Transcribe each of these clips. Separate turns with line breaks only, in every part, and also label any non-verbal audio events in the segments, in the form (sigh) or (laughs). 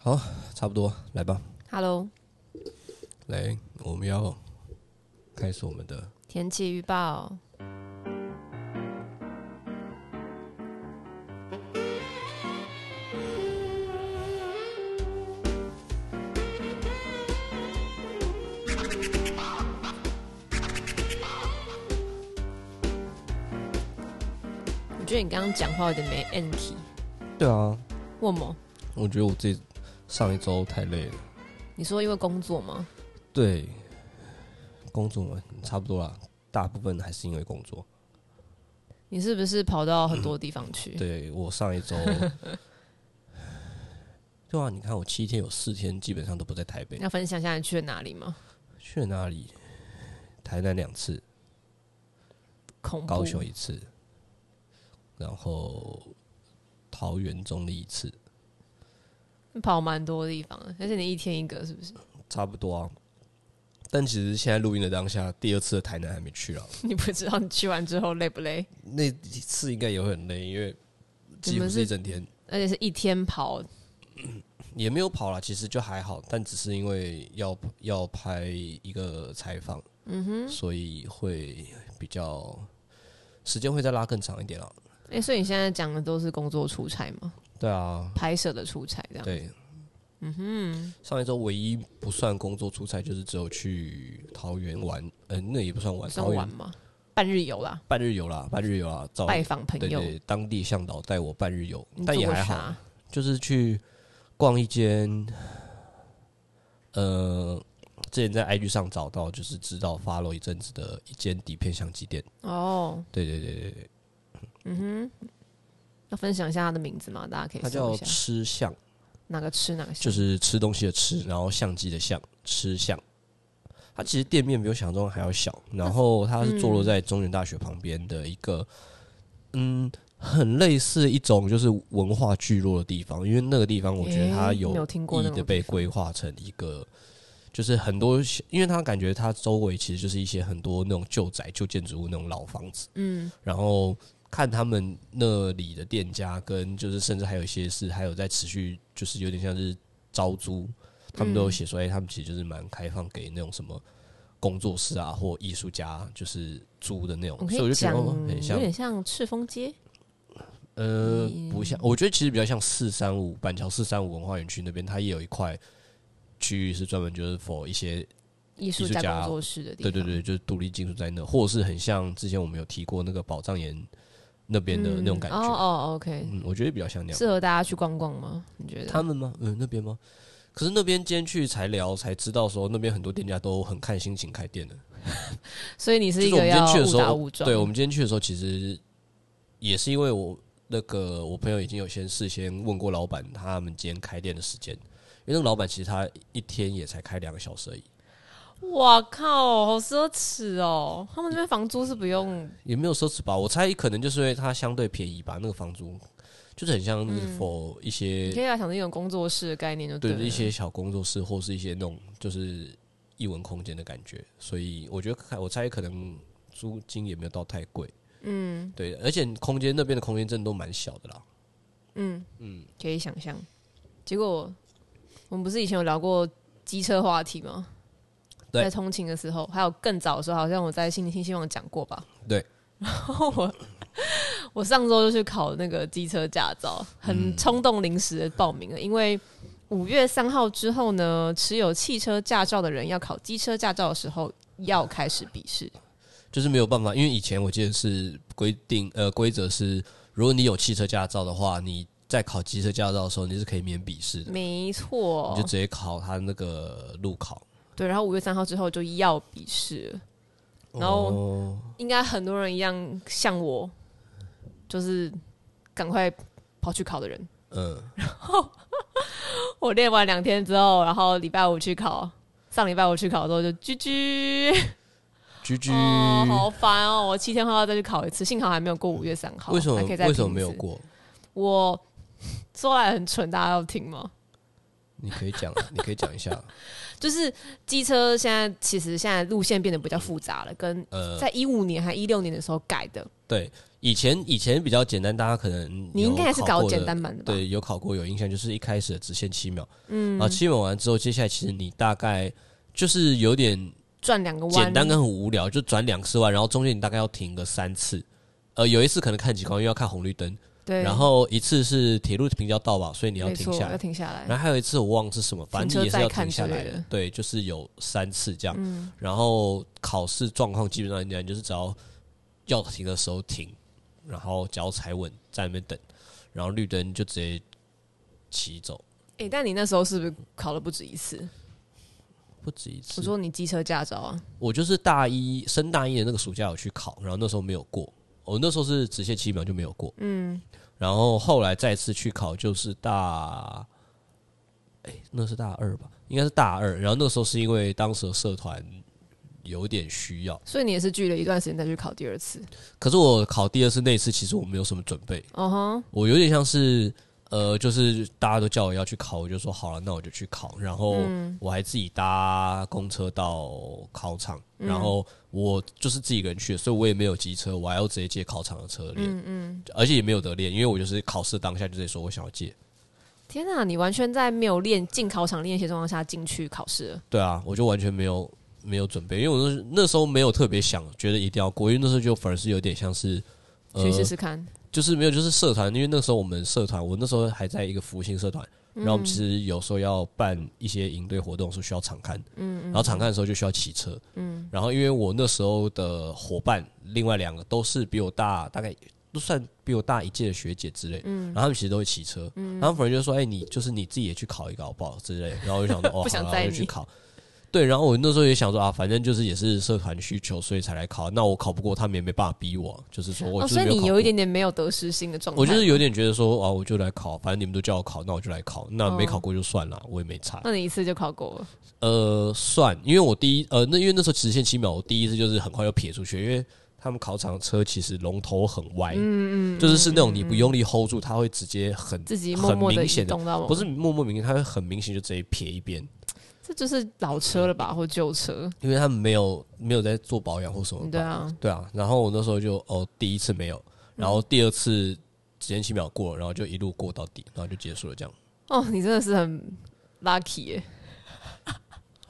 好，差不多，来吧，
Hello，
来，我们要开始我们的
天气预报。我觉得你刚刚讲话有点没 N T，
对啊，
为什么？
我觉得我这上一周太累了，
你说因为工作吗？
对，工作嘛，差不多啦，大部分还是因为工作。
你是不是跑到很多地方去？
嗯对我上 (laughs) 一周，对啊，你看我七天有四天基本上都不在台北，
要分享一下你去了哪里吗？
去了哪里？台南两次，
恐怖。
高雄一次，然后桃园中立一次，
跑蛮多地方的，而且你一天一个是不 (laughs) 是？
差不多啊。但其实现在录音的当下，第二次的台南还没去啊，
你不知道你去完之后累不累？
那一次应该也会很累，因为几乎是一整天，
而且是一天跑，
也没有跑啦，其实就还好，但只是因为要要拍一个采访，嗯哼，所以会比较时间会再拉更长一点啦。
哎、所以你现在讲的都是工作出差吗？
对啊，
拍摄的出差这样？
对，嗯哼，上一周唯一不算工作出差，就是只有去桃园玩，呃，那也不算玩，
算
桃
玩
园
吗？半日游啦，
半日游啦，半日游啦，找
拜访朋
对
友。
哦对，当地向导带我半日游
你，
但
做
也
过
还好，
啥？
就是去逛一间，呃，之前在 IG 上找到，就是知道 follow 一阵子的一间底片相机店。
哦，嗯
对对对对对，
要分享一下他的名字吗？大家可
它
以搜
叫
一下，
吃相，
哪个吃哪个
就
香。
是吃东西的吃，然后相机的相，吃相。它其实店面比我想象中还要小，
嗯
然后它是坐落在中原大学旁边的一个，嗯，很类似一种就是文化聚落的地方，因为那个地方我觉得它
诶
有
你有听过那
意
种
的被规划成一个，就是很多，因为他感觉他周围其实就是一些很多那种旧宅、旧建筑物那种老房子，
嗯，
然后看他们那里的店家跟就是甚至还有一些是还有在持续，就是有点像是招租，他们都
嗯
有写说，哎、他们其实就是蛮开放给那种什么。工作室啊，或艺术家，就是租的那种
我，可
所以我
以
就觉
讲
得哦，很
有
像
点像赤峰街，
呃，不像，我觉得其实比较像四三五板桥四三五文化园区那边，它也有一块区域是专门就是 for 一些，
艺术
艺术
家
家
工作室的地
对
方。
对对，就是独立技术在那，或者是很像之前我们有提过那个宝藏岩那边的那种感
嗯哦
觉，
哦，OK，
嗯，我觉得比较像那
适
样。
合大家去逛逛吗？你觉得？
他们吗？嗯，那边吗？可是那边今天去才聊才知道说，那边很多店家都很看心情开店的。
所以你是一
就是我
个
们今天
要
去的
误
时
打
候，
误撞。
对我们今天去的时候，其实也是因为我那个我朋友已经有先事先问过老板，他们今天开店的时间，因为那个老板其实他一天也才开两个小时而已，
哇靠，好奢侈哦！他们那边房租是不用，
也没有奢侈吧。我猜可能就是因为它相对便宜吧，那个房租就是很像是 for 一些
你、可以来想成一种工作室的概念就
对
了。
一些小工作室或是一些那种就是艺文空间的感觉，所以我觉得看我猜可能租金也没有到太贵。嗯，对，而且空间那边的空间真的都蛮小的啦。
可以想象。结果我们不是以前有聊过机车话题吗？
对
在通勤的时候，还有更早的时候，好像我在新新希望讲过吧。
对，
然后我 (laughs) 我上周就去考那个机车驾照，很
嗯
冲动临时地报名了，因为五月三号之后呢，持有汽车驾照的人要考机车驾照的时候要开始笔试。
就是没有办法，因为以前我记得是规定，呃，规则是，如果你有汽车驾照的话，你在考机车驾照的时候，你是可以免笔试的，
没
你
错
就，直接考他那个路考。
对。然后五月三号之后就要笔试了，然后
哦
应该很多人一样像我，就是赶快跑去考的人。 (laughs)
嗯，
我练完两天之后，然后礼拜五去考，上礼拜五去考之后就居居，
居居、
哦，好烦哦！我七天后要再去考一次，幸好还没有过五月三号，
为什么
还可以再
为什么
拼一
没有
次？
过？
我说来很蠢，大家要听吗？
你可以
(laughs)
讲，你可以讲一下。
就是机车现在其实现在路线变得比较复杂了，跟
呃，
在一五年还一六年的时候改的，
对，以前以前比较简单，大家可能
你应该还是
有
搞
过
简
的
单版的吧？
对，有考过有印象，就是一开始的直线七秒，嗯，啊，七秒完之后，接下来其实你大概就是有点
转两个弯，
简单跟很无聊，就转两次弯，然后中间你大概要停个三次，呃，有一次可能看极光，因为要看红绿灯，
对，
然后一次是铁路平交道吧，所以你要
没
停
错，
下
要
来，
停下来，
然后还有一次我忘是什么，反
停
正
车
你也是
再
要
看
停下
之
来
类
的
的，
对，就是有三次这样，
嗯，
然后考试状况基本上讲就是只要要停的时候停，然后脚踩稳在那边等，然后绿灯就直接骑走，
诶，但你那时候是不是考了不止一次？
不止一次。
我说你机车驾照啊，
我就是大一升大一的那个暑假有去考，然后那时候没有过，我那时候是直线七秒就没有过，嗯，然后后来再次去考就是大，哎、那是大二吧，应该是大二，然后那个时候是因为当时的社团有点需要，
所以你也是距了一段时间再去考第二次。
可是我考第二次那一次其实我没有什么准备，
哦哼，
我有点像是呃，就是大家都叫我要去考，我就说好了，那我就去考。然后
嗯
我还自己搭公车到考场，
嗯
然后我就是自己一个人去的，所以我也没有机车，我还要直接借考场的车练，
嗯嗯，
而且也没有得练，因为我就是考试当下就直接说我想要借。
天哪、你完全在没有练进考场练习的状况下进去考试了，
对啊，我就完全没有没有准备，因为我那时候那时候没有特别想，觉得一定要过，因为那时候就反而是有点像是。呃
去试试看。
就是没有，就是社团，因为那时候我们社团，我那时候还在一个服务性社团，然后我们
嗯
其实有时候要办一些营队活动，是需要场刊，嗯，然后场刊的时候就需要骑车，嗯，然后因为我那时候的伙伴，另外两个都是比我大，大概都算比我大一届的学姐之类，嗯，然后他们其实都会骑车，嗯，然后反正就说，哎、你就是你自己也去考一个好不好之类，然后我就
(laughs)
想说，哦，
不想
好啦
载
我就
你
去考。对，然后我那时候也想说啊，反正就是也是社团需求，所以才来考。那我考不过，他们也没办法逼我，就是说我就
哦，
是
所以
没
你
考
有
过
一点点没有得失心的状态。
我就是有，点觉得说啊，我就来考，反正你们都叫我考，那我就来考。那
哦
没考过就算了，我也没差。
那你一次就考过了，
呃，算，因为我第一呃，那因为那时候直线七秒，我第一次就是很快就撇出去，因为他们考场的车其实龙头很歪，嗯嗯，就是是那种你不用力 hold 住，它会直接很
自己默默
很
的
明显的
动到我，
不是默默明显，它会很明显就直接撇一边，
这就是老车了吧，或旧车？
因为他们没有没有在做保养或什么吧。
对啊，
对啊，然后我那时候就哦，第一次没有，然
嗯
后第二次直线七秒过了，然后就一路过到底，然后就结束了这样。
哦，你真的是很 lucky 耶、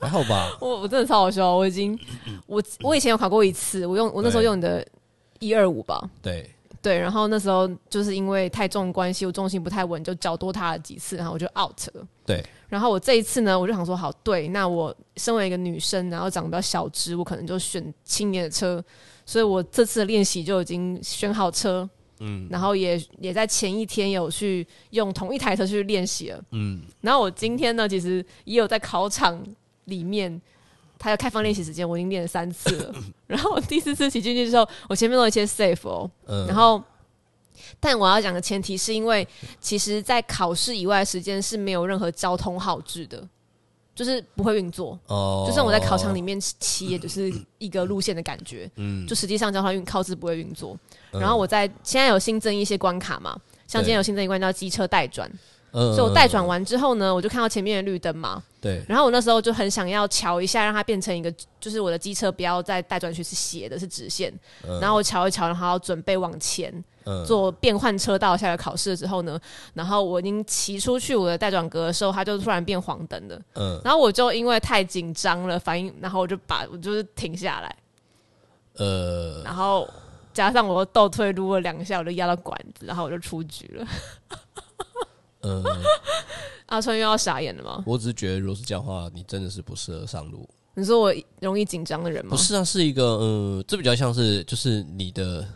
还好吧，
我我真的超好笑，我已经我我以前有考过一次，我用我那时候
对
用你的一二五吧，
对，
对，然后那时候就是因为太重的关系，我重心不太稳，就脚多踏了几次，然后我就 out 了。
对，
然后我这一次呢，我就想说，好，对，那我身为一个女生，然后长得比较小只，我可能就选轻一点的车，所以我这次的练习就已经选好车，嗯，然后也也在前一天有去用同一台车去练习了，
嗯，
然后我今天呢，其实也有在考场里面，它有开放练习时间，我已经练了三次了。 (laughs) 然后我第四次骑进去之后，我前面都有一些 safe 哦，
嗯
然后。但我要讲的前提是因为，其实，在考试以外的时间是没有任何交通号志的，就是不会运作。
哦，
就算我在考场里面骑，也就是一个路线的感觉。
嗯，
就实际上交通运靠自不会运作。
嗯
然后我在现在有新增一些关卡嘛，像今天有新增一关叫机车待转，
嗯，
所以我带转完之后呢，我就看到前面的绿灯嘛，
对，
然后我那时候就很想要瞧一下，让它变成一个，就是我的机车不要再带转去是斜的，是直线。然后我瞧一瞧，然后要准备往前
嗯
做变换车道下来考试之后呢，然后我已经骑出去我的带转格的时候，它就突然变黄灯了。
嗯
然后我就因为太紧张了，反应，然后我就把我就是停下来，
呃，
然后加上我又倒退撸了两下，我就压到管子，然后我就出局了。
呃，
(laughs) 阿川又要傻眼了吗？
我只是觉得，如果是这样的话，你真的是不适合上路。
你说我容易紧张的人吗？
不是啊，是一个嗯，这比较像是就是你的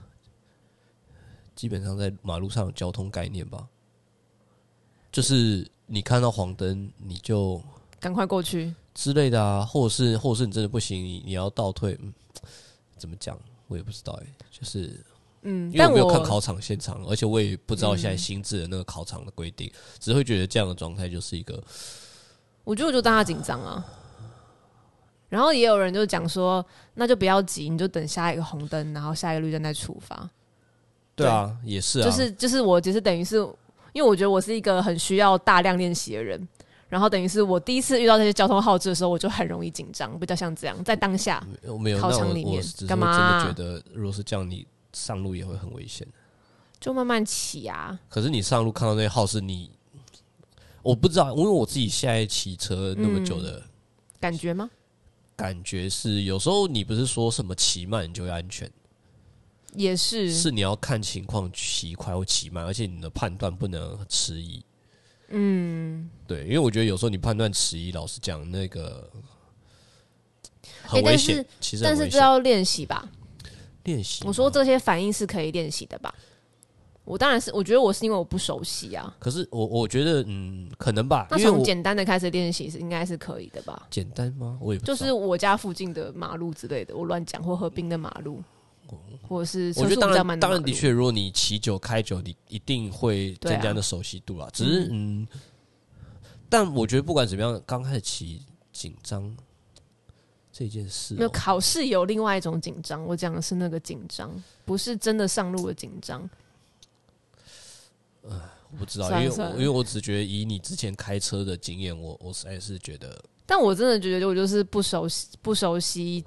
基本上在马路上的交通概念吧，就是你看到黄灯你就
赶快过去。
之类的啊，或者是或者是你真的不行，你你要倒退，嗯，怎么讲我也不知道哎、就是
嗯，
因为
但
我没有
我嗯
看考场现场，而且我也不知道现在新制的那个考场的规定，只会觉得这样的状态就是一个
我觉得我就当他紧张啊。然后也有人就讲说，那就不要急，你就等下一个红灯，然后下一个绿灯再出发。
对啊，也是啊，
就是就是我只是等于是，因为我觉得我是一个很需要大量练习的人。然后等于是我第一次遇到这些交通号志的时候，我就很容易紧张，比较像这样，在当下。
我没有
考
那
场
我
里
我
面
只是
干
真
嘛
的
啊
觉得，如果是这样，你上路也会很危险。
就慢慢骑啊。
可是你上路看到那些号是你，我不知道，因为我自己现在骑车那么久
嗯
的
感觉吗？
感觉是，有时候你不是说什么骑慢你就会安全，
也是，
是你要看情况骑快或骑慢，而且你的判断不能迟疑。
嗯，
对，因为我觉得有时候你判断迟疑，老实讲，那个很
诶但
危
是
险，其实
但
很
是
危
这
险。
要练习吧。
嗯练习吗，
我说这些反应是可以练习的吧？我当然是，我觉得我是因为我不熟悉啊。
可是我我觉得，嗯，可能吧，
那
因为
从
我
简单的开始练习是应该是可以的吧？
简单吗？我也不知
就
道
是我家附近的马路之类的，我乱讲或河滨的马路，或者是
嗯我
车
觉得
速
当
比较慢
然，
的
当
马
然
路
的确，如果你骑久开久，你一定会增
对
加
啊
你的熟悉度啦。只是嗯，但我觉得不管怎么样，刚开始骑紧张这件事
没有
哦、
考试有另外一种紧张，我讲的是那个紧张，不是真的上路的紧张。
我不知道，
算了
因为我
算了
因为我只觉得以你之前开车的经验，我我实在是觉得
但我真的觉得我就是不熟悉，不熟悉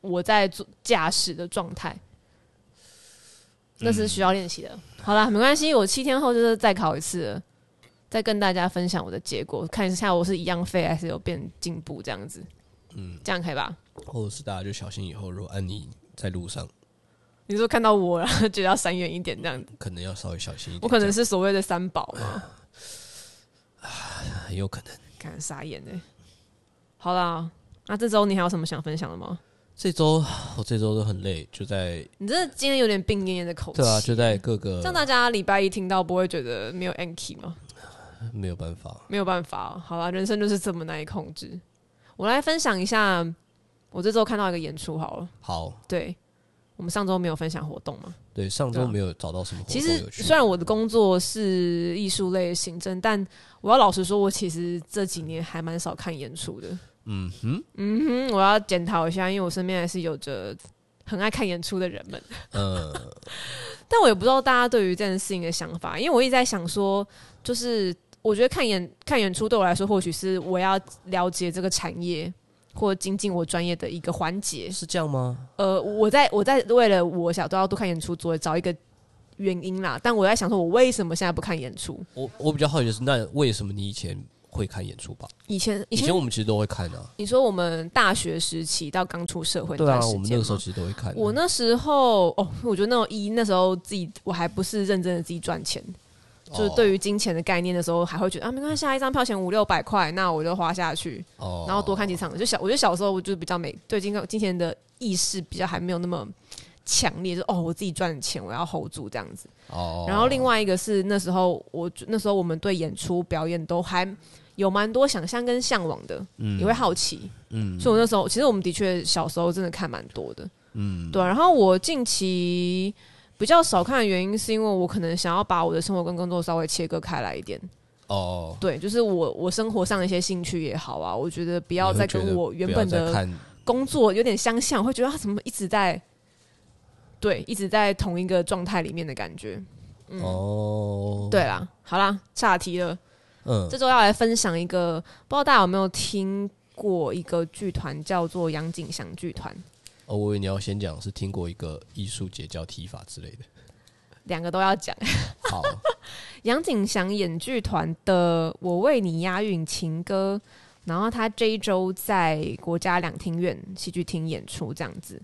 我在做驾驶的状态，那
嗯
是需要练习的。好啦，没关系，我七天后就是再考一次了再跟大家分享我的结果，看一下我是一样废还是有变进步这样子。嗯，这样可以吧？
或者哦是大家就小心以后，如果按你在路上，
你说看到我了， (laughs) 就要闪远一点这样子。
可能要稍微小心一点。
我可能
这
是所谓的三宝嘛，
样很有可能。
看傻眼哎、好啦，那这周你还有什么想分享的吗？
这周我这周都很累，就在
你真的今天有点病恹恹的口气。
对啊，就在各个
这样大家礼拜一听到不会觉得没有 Anki 吗？
没有办法。
没有办法哦、好啦，人生就是这么难以控制。我来分享一下，我这周看到一个演出好了。
好，
对，我们上周没有分享活动嘛？
对，上
对
周
啊
没有找到什么活
其
动
实
有趣。
虽然我的工作是艺术类行政，但我要老实说，我其实这几年还蛮少看演出的。
嗯哼。
嗯哼，我要检讨一下，因为我身边还是有着很爱看演出的人们。
呃，
(laughs) 但我也不知道大家对于这件事情的想法，因为我一直在想说，就是我觉得看演看演出对我来说，或许是我要了解这个产业或精进我专业的一个环节。
是这样吗？
呃，我在我在为了我想都要多看演出，做找一个原因啦。但我在想说，我为什么现在不看演出？
我我比较好奇的是，那为什么你以前会看演出吧？
以前以
以
前
前我们其实都会看啊，
你说我们大学时期到刚出社会那
对
段
啊，
时
我们那
间
个
吗
时候其实都会看啊。
我那时候哦，我觉得那种一那时候自己我还不是认真的自己赚钱，就是对
于
于金钱的概念的时候，还会觉得啊，没关系，啊，一张票钱五六百块，那我就花下去，
哦，
然后多看几场。就小，我觉得小时候我就比较没对金金钱的意识比较还没有那么强烈，就哦，我自己赚的钱我要 hold 住这样子。
哦，
然后另外一个是那时候我那时候我们对演出表演都还有蛮多想象跟向往的，
嗯
也会好奇，
嗯
所以我那时候其实我们的确小时候真的看蛮多的。
嗯
对啊、然后我近期比较少看的原因，是因为我可能想要把我的生活跟工作稍微切割开来一点。
哦，
对，就是我我生活上的一些兴趣也好啊，我觉得不
不
要再跟我原本的
看
工作有点相像，会觉得啊他怎么一直在对一直在同一个状态里面的感觉。
哦，
对啦，好啦，岔题了。
嗯
这周要来分享一个，不知道大家有没有听过一个剧团叫做杨景祥剧团，
哦，我以为你要先讲是听过一个艺术节叫踢法之类的。
两个都要讲。
好，
杨景祥演剧团的《我为你押韵情歌》，然后他这一周在国家两厅院戏剧厅演出这样子。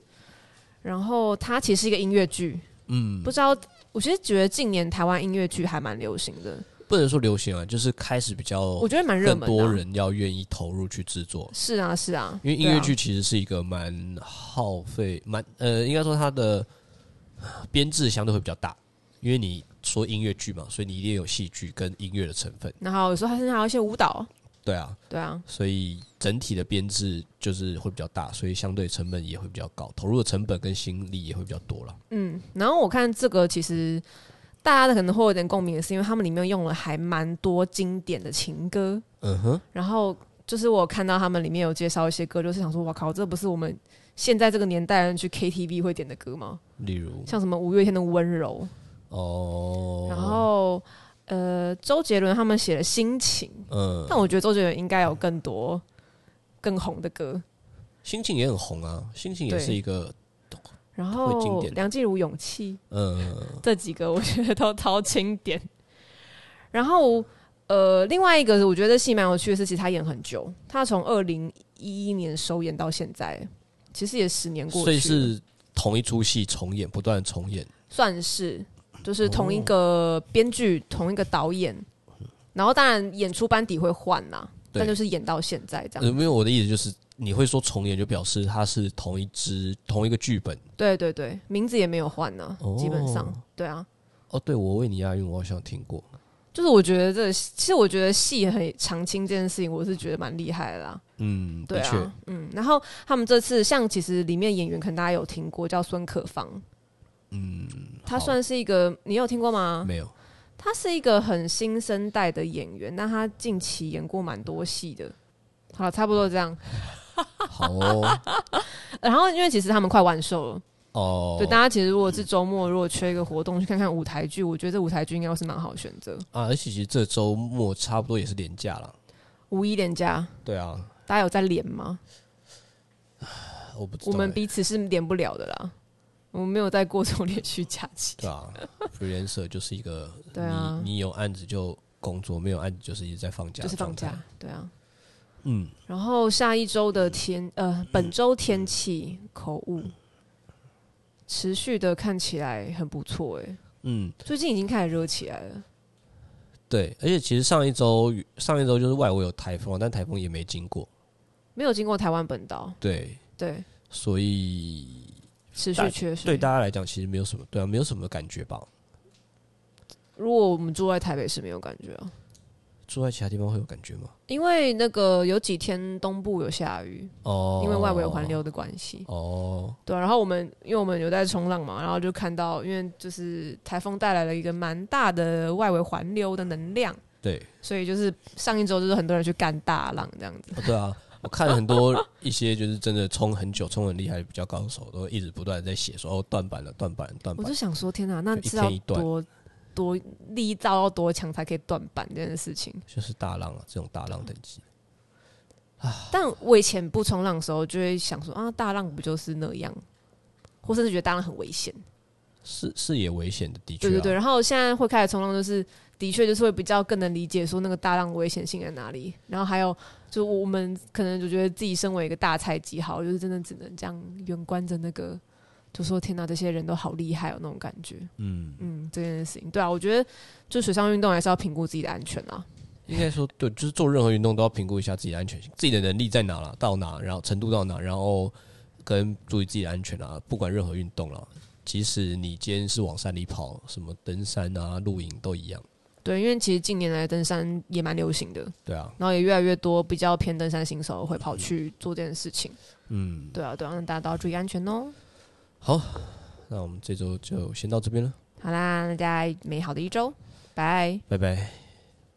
然后它其实是一个音乐剧，
嗯，
不知道我其实觉得近年台湾音乐剧还蛮流行的，
不能说流行啊，就是开始比较
我觉得蛮热
更
门的、
哦
啊
多人要愿意投入去制作，
是啊是啊，
因为音乐
对
剧
啊
其实是一个蛮耗费、蛮呃，应该说它的呃编制相对会比较大，因为你说音乐剧嘛，所以你一定有戏剧跟音乐的成分，
然后有时候甚至还有一些舞蹈，
对啊，
对啊，
所以整体的编制就是会比较大，所以相对成本也会比较高，投入的成本跟心力也会比较多了。
嗯，然后我看这个其实大家的可能会有点共鸣，是因为他们里面用了还蛮多经典的情歌，
嗯哼，
然后就是我看到他们里面有介绍一些歌，就是想说，哇靠，这不是我们现在这个年代人去 KTV 会点的歌吗？
例如
像什么五月天的《温柔》，
哦，
然后呃，周杰伦他们写的《心情》，
嗯，
但我觉得周杰伦应该有更多更红的歌。
心情也很红啊，心情也
对
是一个
然
会经
后
典
梁静茹《勇气》
嗯，
这几个，我觉得都超经典。然后呃，另外一个我觉得戏蛮有趣的是，其实他演很久，他从二零一一年首演到现在，其实也十年过去
所
了，
以是同一出戏重演，不断地重演。
算是就是同一
哦
个编剧、同一个导演，然后当然演出班底会换啦，
对
但就是演到现在这
呃，
样。
因为我的意思就是，你会说重演，就表示它是同一支同一个剧本。
对对对，名字也没有换呢
哦，
基本上对啊。
哦，对，我为你押韵，我好像听过。
就是我觉得这，其实我觉得戏很长青这件事情，我是觉得蛮厉害的啦。
嗯，
对
的确，
啊，嗯，然后他们这次像其实里面演员可能大家有听过，叫孙可芳，嗯，她
好
算是一个你有听过吗？
没有。
她是一个很新生代的演员，那她近期演过蛮多戏的。好了，差不多这样。
好
(laughs)
哦，
然后因为其实他们快完售了，
哦，
对大家其实如果是周末如果缺一个活动去看看舞台剧，我觉得这舞台剧应该是蛮好的选择。
啊，而且其实这周末差不多也是年假了。
五一连假，
对啊，
大家有在连吗？
我不知道、
我们
欸
彼此是连不了的啦，我们没有在过这种连续假期。
对啊，freelancer 就是一个，
(laughs) 对啊
你你有案子就工作，没有案子就是一直在放假，
就是放假。，对啊。
嗯，
然后下一周的天，呃，本周天气口误，持续的看起来很不错哎、
嗯，
最近已经开始热起来了。
对，而且其实上一周上一周就是外围有台风，但台风也没经过，
没有经过台湾本岛，
对，
对，
所以
持
大
续缺水。
对大家来讲其实没有什么，对啊，没有什么感觉吧？
如果我们住在台北市，没有感觉啊，
住在其他地方会有感觉吗？
因为那个有几天东部有下雨，
哦，
因为外围环流的关系。
哦，
对啊、然后我们因为我们有在冲浪嘛，然后就看到，因为就是台风带来了一个蛮大的外围环流的能量，
对，
所以就是上一周就是很多人去干大浪这样子。
哦对啊。我看很多一些就是真的冲很久、冲很厉害的比较高手，都一直不断地在写说哦断板了、断板了、断
我
板
就
了。
想说，天啊哪，那
就一
知道
天一段
多多力道要多强才可以断板这件事情。
就是大浪啊，这种大浪等级。
但我以前不冲浪的时候，就会想说啊，大浪不就是那样，或甚至觉得大浪很危险。
是是也危险的，的确、啊。
对对对，然后现在会开始冲浪，就是的确就是会比较更能理解说那个大浪危险性在哪里。然后还有，就我们可能就觉得自己身为一个大菜鸡，好，就是真的只能这样远观着那个，就说天哪，这些人都好厉害哦，那种感觉。
嗯，
嗯，这件事情，对啊，我觉得就水上运动还是要评估自己的安全啊。
应该说对，就是做任何运动都要评估一下自己的安全性，自己的能力在哪了，到哪，然后程度到哪，然后跟注意自己的安全啊。不管任何运动啦，即使你今天是往山里跑，什么登山啊、露营都一样。
对，因为其实近年来登山也蛮流行的，
对啊，
然后也越来越多比较偏登山新手会跑去做这件事情。
嗯，
对啊，对啊，那大家都要注意安全哦。
好，那我们这周就先到这边了，
好啦，那大家美好的一周，拜。
拜拜。